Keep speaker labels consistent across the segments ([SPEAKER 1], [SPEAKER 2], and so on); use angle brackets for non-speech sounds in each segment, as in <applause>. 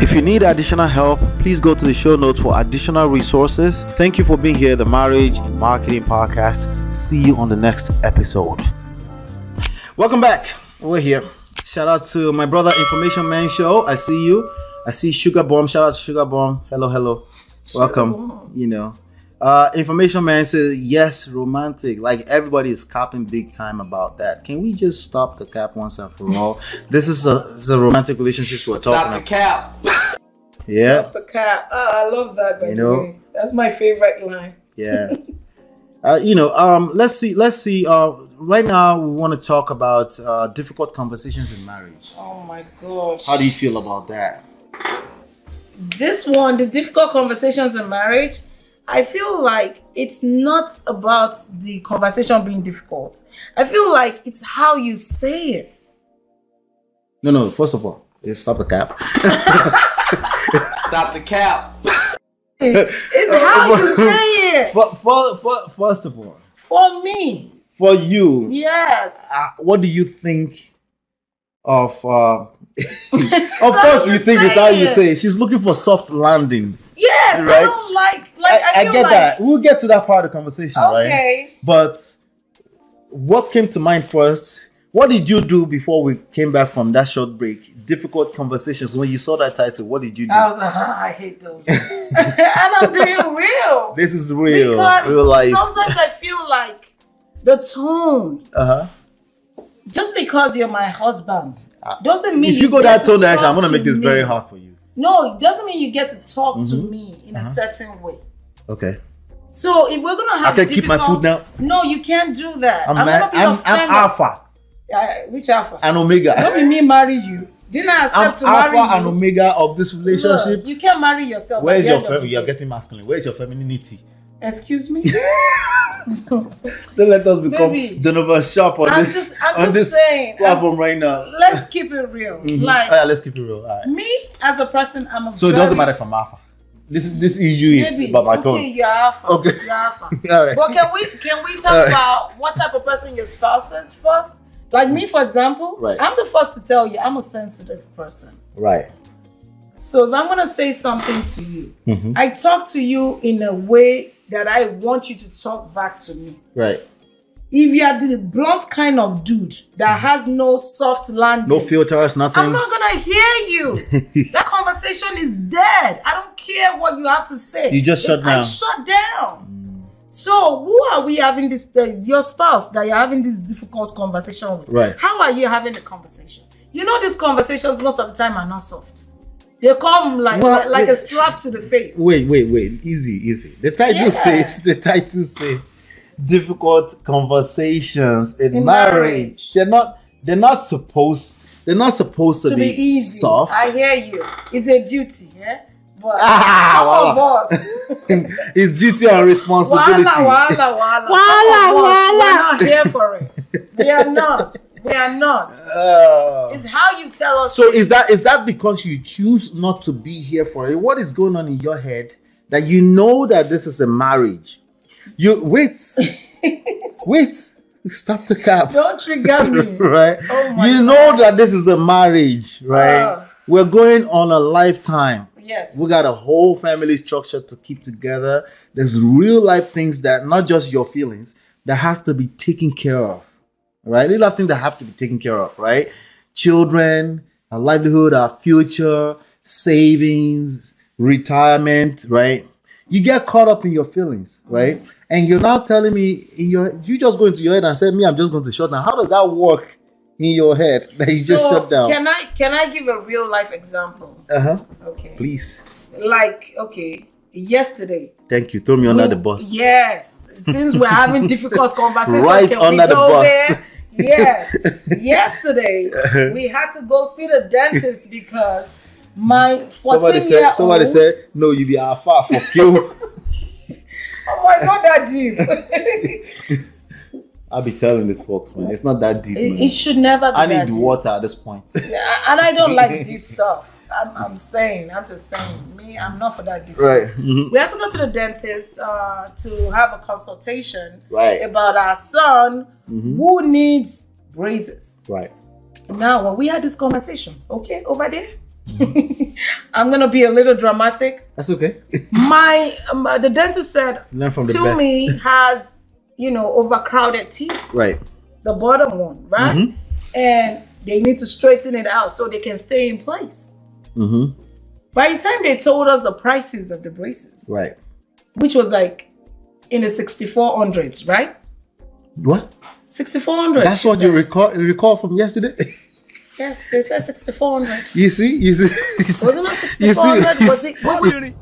[SPEAKER 1] If you need additional help, please go to the show notes for additional resources. Thank you for being here, the Marriage and Marketing Podcast. See you on the next episode. Welcome back. We're here. Shout out to my brother, Information Man Show. I see you. I see Sugar Bomb. Shout out to Sugar Bomb. Hello, hello. Welcome. You know, uh, Information Man says, yes, romantic. Like everybody is capping big time about that. Can we just stop the cap once and for all? this, is a, this is a romantic relationships we're talking
[SPEAKER 2] Stop the
[SPEAKER 1] about.
[SPEAKER 2] cap.
[SPEAKER 1] Yeah.
[SPEAKER 3] The cat. Ah, I love that. By
[SPEAKER 1] You
[SPEAKER 3] you
[SPEAKER 1] know?
[SPEAKER 3] know, way. that's my favorite line.
[SPEAKER 1] yeah uh, you know um let's see let's see uh right now we want to talk about uh difficult conversations in marriage
[SPEAKER 3] Oh my gosh.
[SPEAKER 1] how do you feel about that
[SPEAKER 3] this one, the difficult conversations in marriage, I feel like it's not about the conversation being difficult. I feel like it's how you say it.
[SPEAKER 1] no no first of all eh, stop the cap
[SPEAKER 2] Stop the cap.
[SPEAKER 3] It's how you say it.
[SPEAKER 1] for, for, for, first of all
[SPEAKER 3] For me,
[SPEAKER 1] for you
[SPEAKER 3] yes.
[SPEAKER 1] uh, what do you think of uh <laughs> of course you
[SPEAKER 3] you
[SPEAKER 1] think it's how
[SPEAKER 3] say
[SPEAKER 1] you
[SPEAKER 3] it.
[SPEAKER 1] say it. she's looking for soft landing
[SPEAKER 3] Yes,
[SPEAKER 1] Right.
[SPEAKER 3] I don't like, like, I,
[SPEAKER 1] I, I
[SPEAKER 3] feel
[SPEAKER 1] get
[SPEAKER 3] like,
[SPEAKER 1] that. We'll get to that part of the conversation, right?
[SPEAKER 3] Okay.
[SPEAKER 1] But what came to mind first? What did you do before we came back from that short break? Difficult conversations. When you saw that title, what did you do?
[SPEAKER 3] I was like, ah, I hate those. <laughs> and I'm
[SPEAKER 1] <laughs>
[SPEAKER 3] being real.
[SPEAKER 1] this is real,
[SPEAKER 3] because
[SPEAKER 1] real life.
[SPEAKER 3] sometimes I feel like the tone,
[SPEAKER 1] uh-huh.
[SPEAKER 3] just because you're my husband, doesn't mean
[SPEAKER 1] Ah, If you go
[SPEAKER 3] get
[SPEAKER 1] that tone,
[SPEAKER 3] to
[SPEAKER 1] Aisha, I'm
[SPEAKER 3] talk
[SPEAKER 1] gonna
[SPEAKER 3] to
[SPEAKER 1] make this
[SPEAKER 3] me.
[SPEAKER 1] very hard Mm-hmm. for you.
[SPEAKER 3] No, it doesn't mean you get to talk to me in a certain way.
[SPEAKER 1] Okay.
[SPEAKER 3] So if we're gonna have,
[SPEAKER 1] Uh-huh. I can keep my
[SPEAKER 3] difficult-
[SPEAKER 1] foot down.
[SPEAKER 3] No, you can't do that.
[SPEAKER 1] I'm
[SPEAKER 3] I'm,
[SPEAKER 1] man,
[SPEAKER 3] gonna be
[SPEAKER 1] I'm, I'm
[SPEAKER 3] offended.
[SPEAKER 1] Alpha
[SPEAKER 3] Yeah, which alpha?
[SPEAKER 1] and Omega.
[SPEAKER 3] Don't be me marry you. Didn't I
[SPEAKER 1] I'm
[SPEAKER 3] accept to marry
[SPEAKER 1] Alpha and
[SPEAKER 3] you?
[SPEAKER 1] Omega of this
[SPEAKER 3] Look,
[SPEAKER 1] relationship.
[SPEAKER 3] you can't marry yourself.
[SPEAKER 1] Where's
[SPEAKER 3] at the
[SPEAKER 1] your
[SPEAKER 3] end of
[SPEAKER 1] fem-
[SPEAKER 3] the
[SPEAKER 1] you're
[SPEAKER 3] day.
[SPEAKER 1] getting masculine? Where's your femininity? <laughs>
[SPEAKER 3] Excuse me.
[SPEAKER 1] Don't let us become
[SPEAKER 3] Baby.
[SPEAKER 1] Donovan Sharp on
[SPEAKER 3] I'm
[SPEAKER 1] this
[SPEAKER 3] just- I'm
[SPEAKER 1] on
[SPEAKER 3] just
[SPEAKER 1] this
[SPEAKER 3] saying, I'm-
[SPEAKER 1] platform right now.
[SPEAKER 3] Let's keep it real. Like
[SPEAKER 1] Alright, let's keep it real. Alright.
[SPEAKER 3] me as a person, I'm
[SPEAKER 1] Mm-hmm.
[SPEAKER 3] a
[SPEAKER 1] Uh, So it doesn't
[SPEAKER 3] very-
[SPEAKER 1] matter if I'm alpha. This is this issue is
[SPEAKER 3] Maybe.
[SPEAKER 1] about my
[SPEAKER 3] okay,
[SPEAKER 1] tone.
[SPEAKER 3] You're alpha.
[SPEAKER 1] <laughs> Okay.
[SPEAKER 3] You're alpha.
[SPEAKER 1] All right.
[SPEAKER 3] But can we can we talk
[SPEAKER 1] All right.
[SPEAKER 3] about what type of person your spouse is first? Like me, for example,
[SPEAKER 1] Right.
[SPEAKER 3] I'm the first to tell you I'm a sensitive person.
[SPEAKER 1] Right.
[SPEAKER 3] So if I'm gonna say something to you,
[SPEAKER 1] Mm-hmm.
[SPEAKER 3] I talk to you in a way that I want you to talk back to me.
[SPEAKER 1] Right.
[SPEAKER 3] If you are the blunt kind of dude that has no soft landing,
[SPEAKER 1] Mm-hmm. No filters,
[SPEAKER 3] I'm
[SPEAKER 1] nothing.
[SPEAKER 3] not gonna hear you.
[SPEAKER 1] <laughs>
[SPEAKER 3] that conversation is dead. I don't care what you have to say.
[SPEAKER 1] You just shut
[SPEAKER 3] It's- I
[SPEAKER 1] down.
[SPEAKER 3] shut down. So who are we having this? Uh, your spouse that you're having this difficult conversation with.
[SPEAKER 1] Right.
[SPEAKER 3] How are you having the conversation? You know these conversations most of the time are not soft. They come like
[SPEAKER 1] Well,
[SPEAKER 3] like, like a
[SPEAKER 1] wait.
[SPEAKER 3] slap to the face.
[SPEAKER 1] Wait, wait, wait. Easy, easy. The title
[SPEAKER 3] Yeah.
[SPEAKER 1] says the title says difficult conversations in,
[SPEAKER 3] In
[SPEAKER 1] marriage.
[SPEAKER 3] marriage.
[SPEAKER 1] They're not they're not supposed they're not supposed to,
[SPEAKER 3] to be easy.
[SPEAKER 1] soft.
[SPEAKER 3] I hear you. It's a duty. Yeah. But
[SPEAKER 1] Ah,
[SPEAKER 3] some
[SPEAKER 1] wow. <laughs>
[SPEAKER 3] of us.
[SPEAKER 1] <laughs> it's duty and responsibility.
[SPEAKER 3] Wala, wala, wala.
[SPEAKER 1] Wala,
[SPEAKER 3] Some of us,
[SPEAKER 1] wala.
[SPEAKER 3] We're not here for it. We are not. We are not.
[SPEAKER 1] <laughs> Oh.
[SPEAKER 3] It's how you tell us.
[SPEAKER 1] So is that is that because you choose not to be here for it? What is going on in your head that you know that this is a marriage? You wait,
[SPEAKER 3] <laughs>
[SPEAKER 1] wait, stop the cap,
[SPEAKER 3] Don't trigger me.
[SPEAKER 1] <laughs> right?
[SPEAKER 3] Oh my
[SPEAKER 1] you know that this is a marriage, right?
[SPEAKER 3] Ah.
[SPEAKER 1] We're going on a lifetime.
[SPEAKER 3] Yes.
[SPEAKER 1] We got a whole family structure to keep together. There's real life things that not just your feelings that has to be taken care of, right? Real life things that have to be taken care of, right? Children, our livelihood, our future, savings, retirement, right? You get caught up in your feelings, right? And you're now telling me in your you just go into your head and say, "Me, I'm just going to shut down." How does that work in your head that you just
[SPEAKER 3] So,
[SPEAKER 1] shut down?
[SPEAKER 3] Can I can I give a real life example?
[SPEAKER 1] uh huh.
[SPEAKER 3] Okay.
[SPEAKER 1] Please,
[SPEAKER 3] Like okay, yesterday.
[SPEAKER 1] thank you. Throw me under
[SPEAKER 3] we-
[SPEAKER 1] the bus.
[SPEAKER 3] Yes. Since we're having
[SPEAKER 1] <laughs>
[SPEAKER 3] difficult conversations,
[SPEAKER 1] Right
[SPEAKER 3] can
[SPEAKER 1] under
[SPEAKER 3] we
[SPEAKER 1] the
[SPEAKER 3] go
[SPEAKER 1] bus.
[SPEAKER 3] There? Yes.
[SPEAKER 1] <laughs>
[SPEAKER 3] Yesterday we had to go see the dentist because my 14
[SPEAKER 1] Somebody said.
[SPEAKER 3] year
[SPEAKER 1] Somebody
[SPEAKER 3] old,
[SPEAKER 1] said. No, you be our far for <laughs> you.
[SPEAKER 3] Oh my god, that
[SPEAKER 1] <laughs>
[SPEAKER 3] deep. it,
[SPEAKER 1] I'll be telling these folks, man. It's not that deep, man.
[SPEAKER 3] it should never be.
[SPEAKER 1] I
[SPEAKER 3] that
[SPEAKER 1] need
[SPEAKER 3] deep.
[SPEAKER 1] water at this
[SPEAKER 3] <laughs>
[SPEAKER 1] point.
[SPEAKER 3] I- And I don't
[SPEAKER 1] <laughs>
[SPEAKER 3] like deep stuff. I'm, I'm saying, I'm just saying. Me, I'm not for that deep stuff.
[SPEAKER 1] Mhm.
[SPEAKER 3] We had to go to the dentist uh, to have a consultation
[SPEAKER 1] Right. Mm-hmm.
[SPEAKER 3] about our son who needs braces.
[SPEAKER 1] Right.
[SPEAKER 3] Now, when we had this conversation, okay, over there, Mm-hmm. <laughs> I'm gonna be a little dramatic.
[SPEAKER 1] That's okay. <laughs>
[SPEAKER 3] my um, the dentist said
[SPEAKER 1] Learn from the best.
[SPEAKER 3] Sumi has you know overcrowded teeth,
[SPEAKER 1] Right.
[SPEAKER 3] the bottom one, right?
[SPEAKER 1] Mhm.
[SPEAKER 3] And they need to straighten it out so they can stay in place.
[SPEAKER 1] Mm-hmm.
[SPEAKER 3] By the time they told us the prices of the braces,
[SPEAKER 1] Right.
[SPEAKER 3] which was like in the 6400s, right?
[SPEAKER 1] What?
[SPEAKER 3] 6400.
[SPEAKER 1] That's
[SPEAKER 3] she
[SPEAKER 1] what you
[SPEAKER 3] said.
[SPEAKER 1] recall recall from yesterday. <laughs>
[SPEAKER 3] Yes, they said 6400.
[SPEAKER 1] you see, you see, <laughs> you see,
[SPEAKER 3] Wasn't it 6400? Was it? What was it?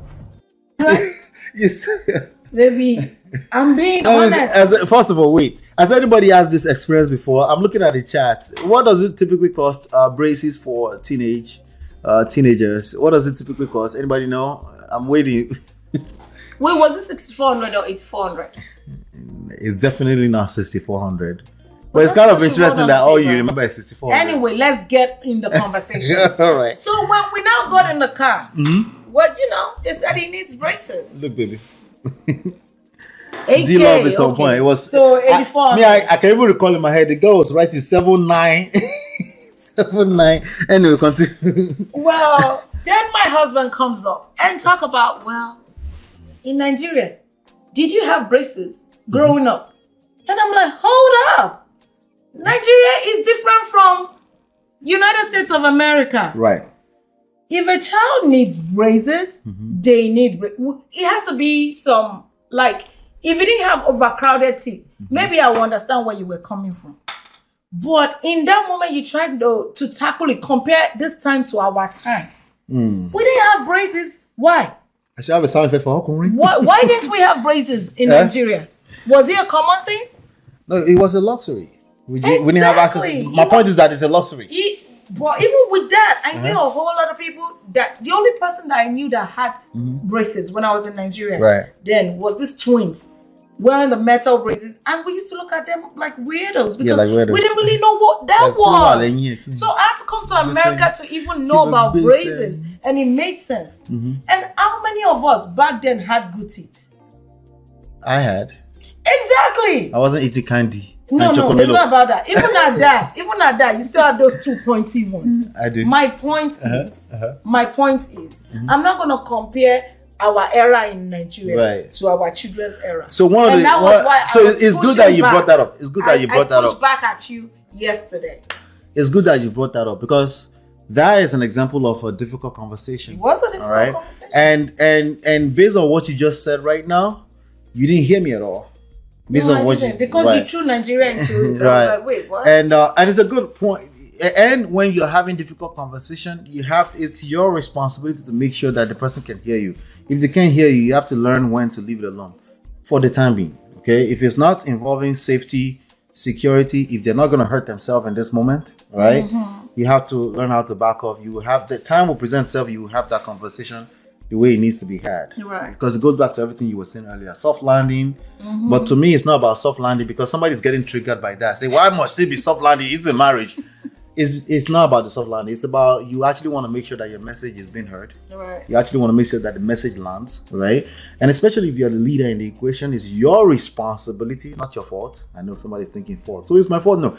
[SPEAKER 3] Right?
[SPEAKER 1] <laughs> you see.
[SPEAKER 3] Baby, I'm being
[SPEAKER 1] As-
[SPEAKER 3] honest.
[SPEAKER 1] Oh, as- first of all, wait. Has anybody has this experience before? I'm looking at the chat. What does it typically cost uh, braces for teenage uh, teenagers? What does it typically cost? Anybody know? I'm waiting. <laughs>
[SPEAKER 3] Wait, was it 6400 or 8400?
[SPEAKER 1] It's definitely not 6400. But it's
[SPEAKER 3] that's
[SPEAKER 1] kind
[SPEAKER 3] what
[SPEAKER 1] of
[SPEAKER 3] you
[SPEAKER 1] interesting
[SPEAKER 3] wrote on
[SPEAKER 1] that all you
[SPEAKER 3] paper.
[SPEAKER 1] remember is 6400.
[SPEAKER 3] Anyway, let's get
[SPEAKER 1] <laughs>
[SPEAKER 3] in the conversation.
[SPEAKER 1] all right.
[SPEAKER 3] so when we now got in the car,
[SPEAKER 1] Mm-hmm.
[SPEAKER 3] well, you know, they said he needs braces.
[SPEAKER 1] Look, baby.
[SPEAKER 3] AK,
[SPEAKER 1] D love is on
[SPEAKER 3] okay.
[SPEAKER 1] point. It was
[SPEAKER 3] so
[SPEAKER 1] I-
[SPEAKER 3] 84.
[SPEAKER 1] Me, I, I can even recall in my head the girl was writing seven nine, <laughs> seven nine. Anyway, continue. <laughs>
[SPEAKER 3] Well, then my husband comes up and talk about, well, in Nigeria, did you have braces growing
[SPEAKER 1] Mm-hmm.
[SPEAKER 3] up? And I'm like, hold up. Nigeria is different from United States of America.
[SPEAKER 1] right.
[SPEAKER 3] If a child needs braces, they need bra- w- it has to be some like if you didn't have overcrowded teeth, maybe I will understand where you were coming from. But in that moment, you tried to, to tackle it. Compare this time to our time. We didn't have braces. Why?
[SPEAKER 1] I should have a sound effect for Hokunri.
[SPEAKER 3] Why, why didn't we have braces in
[SPEAKER 1] Eh?
[SPEAKER 3] Nigeria? Was it a common thing?
[SPEAKER 1] No, it was a luxury. We, did- we didn't have access.
[SPEAKER 3] Exactly.
[SPEAKER 1] My
[SPEAKER 3] It
[SPEAKER 1] point
[SPEAKER 3] was-
[SPEAKER 1] is that it's a luxury.
[SPEAKER 3] E- but even with that, I knew
[SPEAKER 1] Uh-huh.
[SPEAKER 3] a whole lot of people that the only person that I knew that had braces when I was in Nigeria
[SPEAKER 1] Mm-hmm. Right.
[SPEAKER 3] then was these twins wearing the metal braces, and we used to look at them like weirdos because
[SPEAKER 1] like weirdos.
[SPEAKER 3] we didn't really know what that
[SPEAKER 1] Like, who are they here?
[SPEAKER 3] was. So I had to come to America to even know
[SPEAKER 1] Keep on
[SPEAKER 3] about
[SPEAKER 1] being
[SPEAKER 3] braces,
[SPEAKER 1] said.
[SPEAKER 3] and it made sense.
[SPEAKER 1] Mm-hmm.
[SPEAKER 3] And how many of us back then had good teeth?
[SPEAKER 1] I had.
[SPEAKER 3] Exactly.
[SPEAKER 1] I wasn't eating candy.
[SPEAKER 3] No,
[SPEAKER 1] and
[SPEAKER 3] no,
[SPEAKER 1] chocolate
[SPEAKER 3] it's
[SPEAKER 1] milk.
[SPEAKER 3] not about that. Even at that, even at that, you still have those two pointy ones.
[SPEAKER 1] I do.
[SPEAKER 3] My point is,
[SPEAKER 1] uh-huh. Mm-hmm.
[SPEAKER 3] my point is, I'm not gonna compare our era in Nigeria
[SPEAKER 1] Right.
[SPEAKER 3] to our children's era.
[SPEAKER 1] So one of
[SPEAKER 3] And
[SPEAKER 1] the
[SPEAKER 3] that
[SPEAKER 1] one-
[SPEAKER 3] was why I
[SPEAKER 1] so
[SPEAKER 3] was
[SPEAKER 1] it's good that
[SPEAKER 3] pushing
[SPEAKER 1] you brought
[SPEAKER 3] back.
[SPEAKER 1] that up. It's good that
[SPEAKER 3] I-
[SPEAKER 1] you brought
[SPEAKER 3] I
[SPEAKER 1] that
[SPEAKER 3] pushed
[SPEAKER 1] up.
[SPEAKER 3] back at you yesterday.
[SPEAKER 1] It's good that you brought that up because that is an example of a difficult conversation.
[SPEAKER 3] It was a difficult
[SPEAKER 1] all right
[SPEAKER 3] conversation.
[SPEAKER 1] and and and based on what you just said right now you didn't hear me at all based
[SPEAKER 3] No,
[SPEAKER 1] on
[SPEAKER 3] I
[SPEAKER 1] what
[SPEAKER 3] didn't,
[SPEAKER 1] you
[SPEAKER 3] because you
[SPEAKER 1] right.
[SPEAKER 3] threw
[SPEAKER 1] <laughs>
[SPEAKER 3] Nigeria into it. I was
[SPEAKER 1] right
[SPEAKER 3] like, wait, what?
[SPEAKER 1] and uh, and it's a good point A- and when you're having difficult conversation you have it's your responsibility to make sure that the person can hear you if they can't hear you you have to learn when to leave it alone for the time being okay if it's not involving safety security if they're not going to hurt themselves in this moment right
[SPEAKER 3] Mm-hmm.
[SPEAKER 1] you have to learn how to back off you will have the time will present itself you will have that conversation the way it needs to be had
[SPEAKER 3] Right.
[SPEAKER 1] because it goes back to everything you were saying earlier soft landing but to me it's not about soft landing because somebody's getting triggered by that say why must it be soft landing it's a marriage it's, it's not about the soft landing it's about you actually want to make sure that your message is being heard
[SPEAKER 3] right.
[SPEAKER 1] you actually want to make sure that the message lands right and especially if you're the leader in the equation it's your responsibility not your fault i know somebody's thinking fault so it's my fault no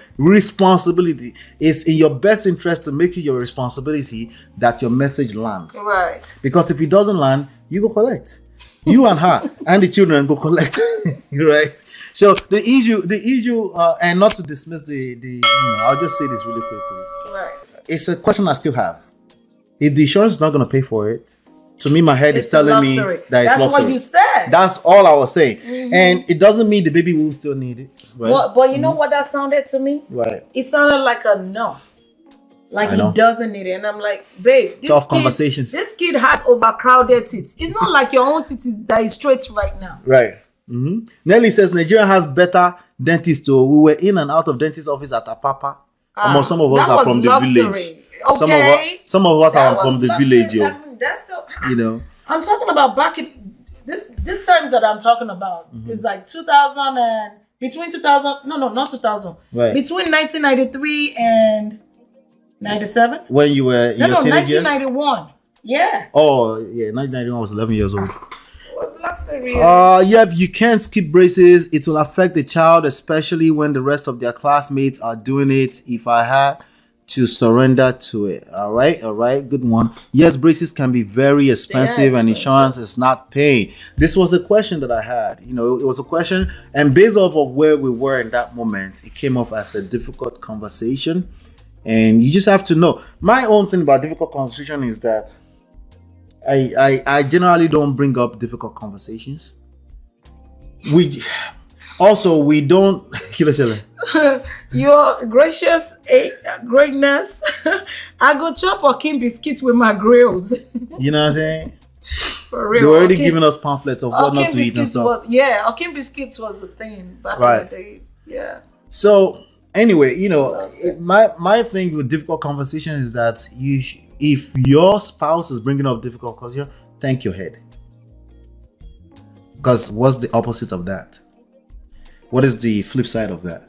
[SPEAKER 1] responsibility it's in your best interest to make it your responsibility that your message lands
[SPEAKER 3] Right.
[SPEAKER 1] because if it doesn't land, you go collect. You and her and the children go collect, <laughs> right? So the issue, the issue, uh, and not to dismiss the, the, you know, I'll just say this really quickly.
[SPEAKER 3] Right.
[SPEAKER 1] It's a question I still have. If the insurance is not going to pay for it, to me, my head
[SPEAKER 3] It's
[SPEAKER 1] is telling me
[SPEAKER 3] luxury.
[SPEAKER 1] that it's
[SPEAKER 3] That's
[SPEAKER 1] luxury.
[SPEAKER 3] what you said.
[SPEAKER 1] That's all I was saying, and it doesn't mean the baby will still need it, right?
[SPEAKER 3] But but you know
[SPEAKER 1] Mm-hmm.
[SPEAKER 3] what that sounded to me?
[SPEAKER 1] Right.
[SPEAKER 3] It sounded like a no. Like
[SPEAKER 1] I know.
[SPEAKER 3] he doesn't need it. And I'm like, babe, this
[SPEAKER 1] Tough
[SPEAKER 3] kid,
[SPEAKER 1] conversations.
[SPEAKER 3] This kid has overcrowded teeth. It's not like your own teeth is that is straight right now.
[SPEAKER 1] Right. hmm Nelly says Nigeria has better dentists too. We were in and out of dentist office at Apapa. Omo, some of us
[SPEAKER 3] Ah, that
[SPEAKER 1] are
[SPEAKER 3] was
[SPEAKER 1] from the
[SPEAKER 3] luxury.
[SPEAKER 1] village. Some of us,
[SPEAKER 3] Okay.
[SPEAKER 1] some of us
[SPEAKER 3] That
[SPEAKER 1] are
[SPEAKER 3] was
[SPEAKER 1] from the
[SPEAKER 3] luxury.
[SPEAKER 1] village, yo.
[SPEAKER 3] I mean, that's still,
[SPEAKER 1] You know.
[SPEAKER 3] I'm talking about back in this this times that I'm talking about
[SPEAKER 1] Mm-hmm.
[SPEAKER 3] is like 2000 and between 2000 no no not 2000
[SPEAKER 1] Right.
[SPEAKER 3] between 1993 and 97
[SPEAKER 1] When you were in
[SPEAKER 3] no no
[SPEAKER 1] your teenage years.
[SPEAKER 3] 1991 yeah
[SPEAKER 1] Oh yeah, 1991 was 11 years old.
[SPEAKER 3] it was luxury
[SPEAKER 1] Uh, yep, you can't skip braces. It will affect the child, especially when the rest of their classmates are doing it. If I had to surrender to it. All right, all right, good one. Yes, braces can be very expensive, and insurance is not paying. This was a question that I had. You know, it was a question, and based off of where we were in that moment, it came off as a difficult conversation. And you just have to know. My own thing about difficult conversation is that I I, I generally don't bring up difficult conversations. We also we don't <laughs>
[SPEAKER 3] Your gracious eh, greatness. <laughs> I go chop or king biscuits with my grills. <laughs>
[SPEAKER 1] you know what I'm saying?
[SPEAKER 3] For real.
[SPEAKER 1] They were already
[SPEAKER 3] Okin-
[SPEAKER 1] giving us pamphlets of what
[SPEAKER 3] Okin
[SPEAKER 1] not to eat and
[SPEAKER 3] biscuits
[SPEAKER 1] stuff.
[SPEAKER 3] Was, yeah, Okin biscuits was the thing back in
[SPEAKER 1] Right.
[SPEAKER 3] the days. Yeah.
[SPEAKER 1] So anyway, you know, it- my my thing with difficult conversation is that you sh- if your spouse is bringing up difficult conversation, thank your head. Because what's the opposite of that? What is the flip side of that?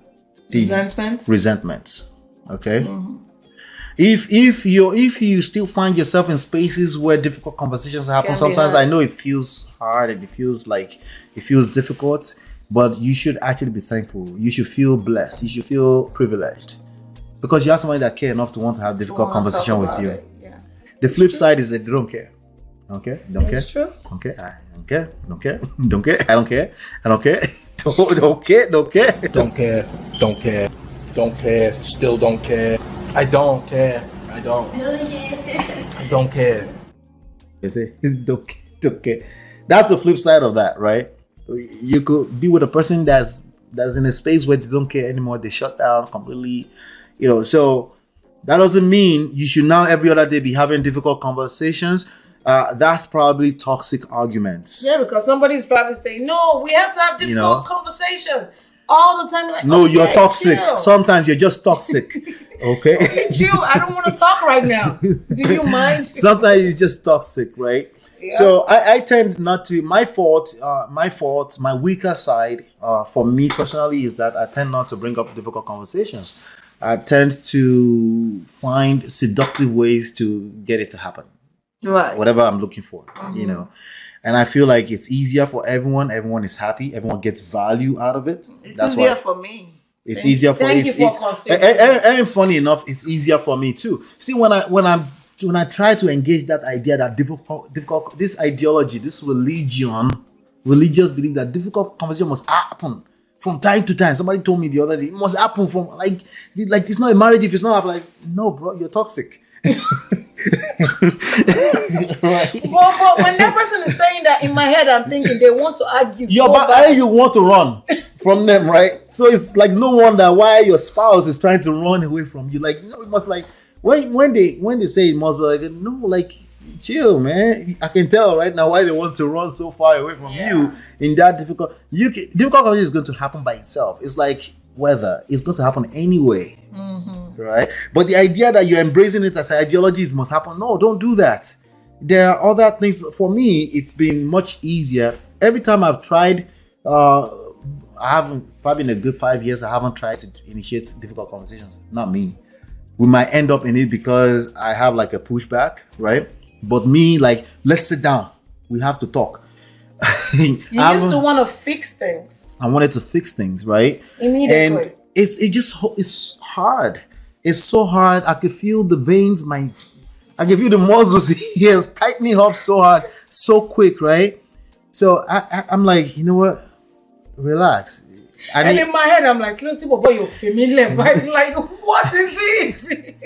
[SPEAKER 1] The
[SPEAKER 3] Resentment.
[SPEAKER 1] resentment. Okay.
[SPEAKER 3] Mm-hmm.
[SPEAKER 1] If if you if you still find yourself in spaces where difficult conversations happen,
[SPEAKER 3] Can be
[SPEAKER 1] sometimes
[SPEAKER 3] hard.
[SPEAKER 1] I know it feels hard and it feels like it feels difficult, but you should actually be thankful. You should feel blessed. You should feel privileged. Because you have somebody that care enough to want to have difficult
[SPEAKER 3] Wanna
[SPEAKER 1] conversation
[SPEAKER 3] talk
[SPEAKER 1] with
[SPEAKER 3] about
[SPEAKER 1] you.
[SPEAKER 3] it, Yeah.
[SPEAKER 1] The flip side is that they don't care. Okay? Don't care.
[SPEAKER 3] It's true.
[SPEAKER 1] Don't care. I don't care. Don't care. <laughs> Don't care. I don't care. I don't care. <laughs> Don't, don't care. Don't care.
[SPEAKER 2] Don't care. Don't care. Don't care. Still don't care. I don't care. I don't. I don't care.
[SPEAKER 1] They say, <laughs> don't care, don't care. That's the flip side of that, right? You could be with a person that's that's in a space where they don't care anymore. They shut down completely, you know. So that doesn't mean you should now every other day be having difficult conversations. Uh, that's probably toxic arguments.
[SPEAKER 3] Yeah, because somebody's probably saying, "No, we have to have difficult
[SPEAKER 1] You know?
[SPEAKER 3] conversations all the time." Like,
[SPEAKER 1] No,
[SPEAKER 3] okay,
[SPEAKER 1] you're toxic.
[SPEAKER 3] Chill.
[SPEAKER 1] Sometimes you're just toxic.
[SPEAKER 3] <laughs>
[SPEAKER 1] okay.
[SPEAKER 3] Chill, I don't want to talk right now.
[SPEAKER 1] <laughs>
[SPEAKER 3] Do you mind?
[SPEAKER 1] sometimes it's just toxic right so I, I tend not to my fault uh, my fault my weaker side uh, for me personally is that i tend not to bring up difficult conversations i tend to find seductive ways to get it to happen
[SPEAKER 3] right.
[SPEAKER 1] whatever i'm looking for
[SPEAKER 3] Mm-hmm.
[SPEAKER 1] you know and i feel like it's easier for everyone everyone is happy everyone gets value out of it
[SPEAKER 3] It's easier for me.
[SPEAKER 1] it's
[SPEAKER 3] Thank-
[SPEAKER 1] easier for
[SPEAKER 3] thank
[SPEAKER 1] it's,
[SPEAKER 3] you for
[SPEAKER 1] it's- eh,
[SPEAKER 3] considering.
[SPEAKER 1] and, and- and funny enough, it's easier for me too. See, when I when I'm when I try to engage that idea that difficult, difficult this ideology, this religion, religious belief that difficult conversation must happen from time to time. Somebody told me the other day it must happen from like like it's not a marriage if it's not happening. Like, no, bro, you're
[SPEAKER 3] <laughs>
[SPEAKER 1] toxic. <laughs> right.
[SPEAKER 3] But, but when that person is saying that in my head, I'm thinking they want to argue.
[SPEAKER 1] You're
[SPEAKER 3] so
[SPEAKER 1] ba-
[SPEAKER 3] bad.
[SPEAKER 1] and you want to run <laughs> from them, right? So it's like no wonder why your spouse is trying to run away from you. Like no, it must like when when they when they say it must be like no, like chill, man. I can tell right now why they want to run so far away from you in that difficult. You can, difficult conversation is going to happen by itself. It's like weather. It's going to happen anyway, right? But the idea that you're embracing it as ideologies must happen. No, don't do that there are other things for me it's been much easier every time i've tried uh i haven't probably in a good five years i haven't tried to initiate difficult conversations not me we might end up in it because i have like a pushback right but me like let's sit down we have to talk <laughs>
[SPEAKER 3] You
[SPEAKER 1] I
[SPEAKER 3] used to
[SPEAKER 1] haven't-
[SPEAKER 3] want to fix things
[SPEAKER 1] I wanted to fix things, right?
[SPEAKER 3] Immediately.
[SPEAKER 1] And it's it just ho- it's hard. It's so hard. I could feel the veins, my I could feel the muscles <laughs> yes, tightening up so hard, so quick, right? So I, I I'm like, you know what? Relax. I
[SPEAKER 3] and
[SPEAKER 1] need-
[SPEAKER 3] in my head, I'm like, "Look, boy, you're familiar."
[SPEAKER 1] <laughs>
[SPEAKER 3] But like, what is it?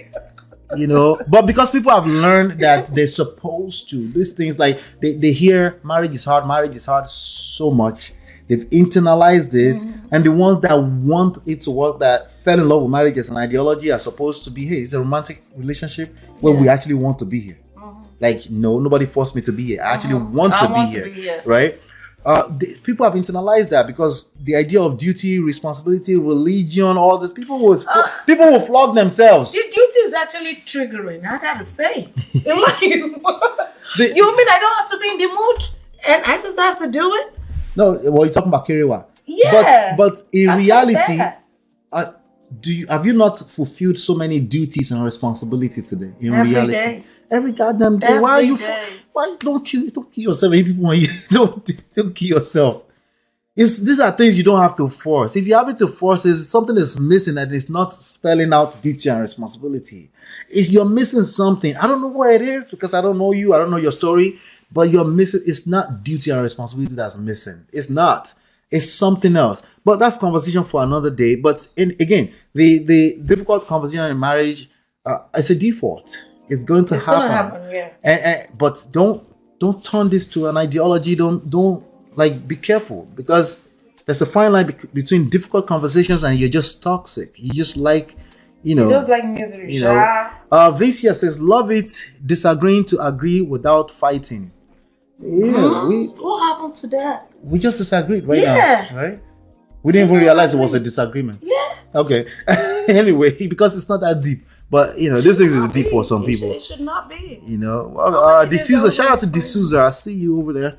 [SPEAKER 1] you know but because people have learned that they're supposed to these things like they, they hear marriage is hard marriage is hard so much they've internalized it
[SPEAKER 3] Mm.
[SPEAKER 1] and the ones that want it to work that fell in love with marriage as an ideology are supposed to be hey it's a romantic relationship where we actually want to be here like no nobody forced me to be here i actually want,
[SPEAKER 3] Mm-hmm. I
[SPEAKER 1] to,
[SPEAKER 3] want
[SPEAKER 1] be,
[SPEAKER 3] to
[SPEAKER 1] here,
[SPEAKER 3] be here.
[SPEAKER 1] right uh, the, people have internalized that because the idea of duty, responsibility, religion, all this people will
[SPEAKER 3] Uh,
[SPEAKER 1] people will flog themselves.
[SPEAKER 3] Your duty is actually triggering. I gotta say, Am <laughs> I-
[SPEAKER 1] The-
[SPEAKER 3] you mean I don't have to be in the mood, and I just have to do it?
[SPEAKER 1] No, well, you're talking about Kerewa. But
[SPEAKER 3] Yeah.
[SPEAKER 1] but in
[SPEAKER 3] I feel
[SPEAKER 1] reality,
[SPEAKER 3] bad.
[SPEAKER 1] uh, do you have you not fulfilled so many duties and responsibility today? In
[SPEAKER 3] Every
[SPEAKER 1] reality,
[SPEAKER 3] day.
[SPEAKER 1] every goddamn day. why are
[SPEAKER 3] Every
[SPEAKER 1] you?
[SPEAKER 3] day.
[SPEAKER 1] <laughs> Why don't kill? Don't kill yourself. Hey, people, you don't don't kill yourself. It's, these are things you don't have to force. If you have it to force, is something is missing and it's not spelling out duty and responsibility. It's you're missing something. I don't know what it is because I don't know you. I don't know your story, but you're missing. It's not duty and responsibility that's missing. It's not. It's something else. But that's conversation for another day. But in, again, the the difficult conversation in marriage, uh, it's a default. It's going to
[SPEAKER 3] It's
[SPEAKER 1] happen.
[SPEAKER 3] gonna happen, yeah.
[SPEAKER 1] And- and- Eh, but don't don't turn this to an ideology. Don't don't like be careful because there's a fine line bec- between difficult conversations and you're just toxic. You just like, you know,
[SPEAKER 3] Just like misery.
[SPEAKER 1] you know.
[SPEAKER 3] sha.
[SPEAKER 1] Uh, Vicia says, "Love it, disagreeing to agree without fighting." Yeah, we
[SPEAKER 3] What happened to that?
[SPEAKER 1] we just disagreed right
[SPEAKER 3] Yeah.
[SPEAKER 1] now, right? We didn't even realize it was a disagreement.
[SPEAKER 3] Yeah.
[SPEAKER 1] Okay. <laughs> anyway, <laughs> because it's not that deep, but you know, these things is deep for some
[SPEAKER 3] It should-
[SPEAKER 1] people.
[SPEAKER 3] It should not be.
[SPEAKER 1] You know, Well, uh,
[SPEAKER 3] many days
[SPEAKER 1] D'Souza,
[SPEAKER 3] old
[SPEAKER 1] shout
[SPEAKER 3] are
[SPEAKER 1] out to
[SPEAKER 3] you?
[SPEAKER 1] D'Souza. I see you over there.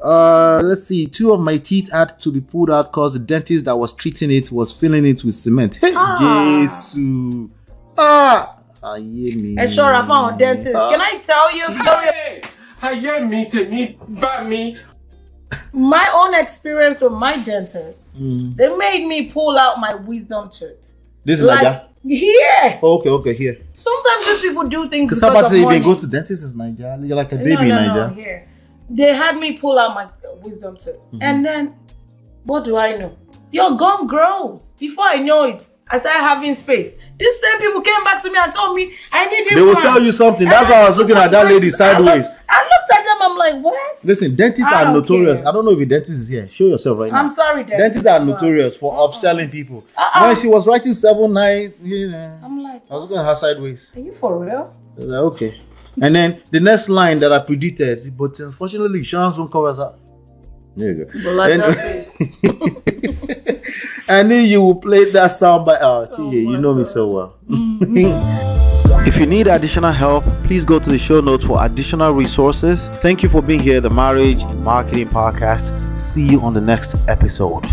[SPEAKER 1] Uh, let's see. Two of my teeth had to be pulled out because the dentist that was treating it was filling it with cement. Hey,
[SPEAKER 3] Ah.
[SPEAKER 1] Jesus. Ah, aye me.
[SPEAKER 3] And sure, I found dentist.
[SPEAKER 1] Mm.
[SPEAKER 3] Can I tell you a story?
[SPEAKER 2] Hey, I am me to me, but me.
[SPEAKER 3] My own experience with my dentist.
[SPEAKER 1] Mm.
[SPEAKER 3] They made me pull out my wisdom tooth.
[SPEAKER 1] This is
[SPEAKER 3] Like,
[SPEAKER 1] Niger.
[SPEAKER 3] yeah.
[SPEAKER 1] Oh, okay, okay, here.
[SPEAKER 3] Sometimes these people do things
[SPEAKER 1] Because
[SPEAKER 3] because
[SPEAKER 1] somebody
[SPEAKER 3] of
[SPEAKER 1] say you
[SPEAKER 3] money.
[SPEAKER 1] been go to dentist is Niger. You're like a baby
[SPEAKER 3] no,
[SPEAKER 1] in
[SPEAKER 3] no,
[SPEAKER 1] Niger.
[SPEAKER 3] No, here. They had me pull out my wisdom tooth.
[SPEAKER 1] Mm-hmm.
[SPEAKER 3] And then, what do I know? Your gum grows. Before I know it, I started having space. These same people came back to me and told me I needed
[SPEAKER 1] They will
[SPEAKER 3] one.
[SPEAKER 1] sell you something. That's
[SPEAKER 3] And
[SPEAKER 1] why I was looking at that lady
[SPEAKER 3] I looked-
[SPEAKER 1] sideways.
[SPEAKER 3] I looked at them, I'm like, what?
[SPEAKER 1] Listen, dentists
[SPEAKER 3] I
[SPEAKER 1] are
[SPEAKER 3] don't
[SPEAKER 1] notorious.
[SPEAKER 3] care.
[SPEAKER 1] I don't know if a dentist is here. Show yourself right now.
[SPEAKER 3] Ah, I'm sorry, dentist.
[SPEAKER 1] Dentists are notorious for upselling people.
[SPEAKER 3] Uh-uh.
[SPEAKER 1] When she was writing seven nine, you know,
[SPEAKER 3] I'm like,
[SPEAKER 1] I was
[SPEAKER 3] are
[SPEAKER 1] going her sideways.
[SPEAKER 3] you for real?
[SPEAKER 1] I was like, okay. And then the next line that I predicted, but unfortunately, insurance won't cover that. There you go.
[SPEAKER 3] But
[SPEAKER 1] <laughs>
[SPEAKER 3] like
[SPEAKER 1] And-
[SPEAKER 3] I said,
[SPEAKER 1] I knew you would play that sound by oh, Chige, you
[SPEAKER 3] my
[SPEAKER 1] know me
[SPEAKER 3] God. Mm-hmm.
[SPEAKER 1] so well. <laughs>
[SPEAKER 4] If you need additional help, please go to the show notes for additional resources. Thank you for being here, the Marriage and Marketing Podcast. See you on the next episode.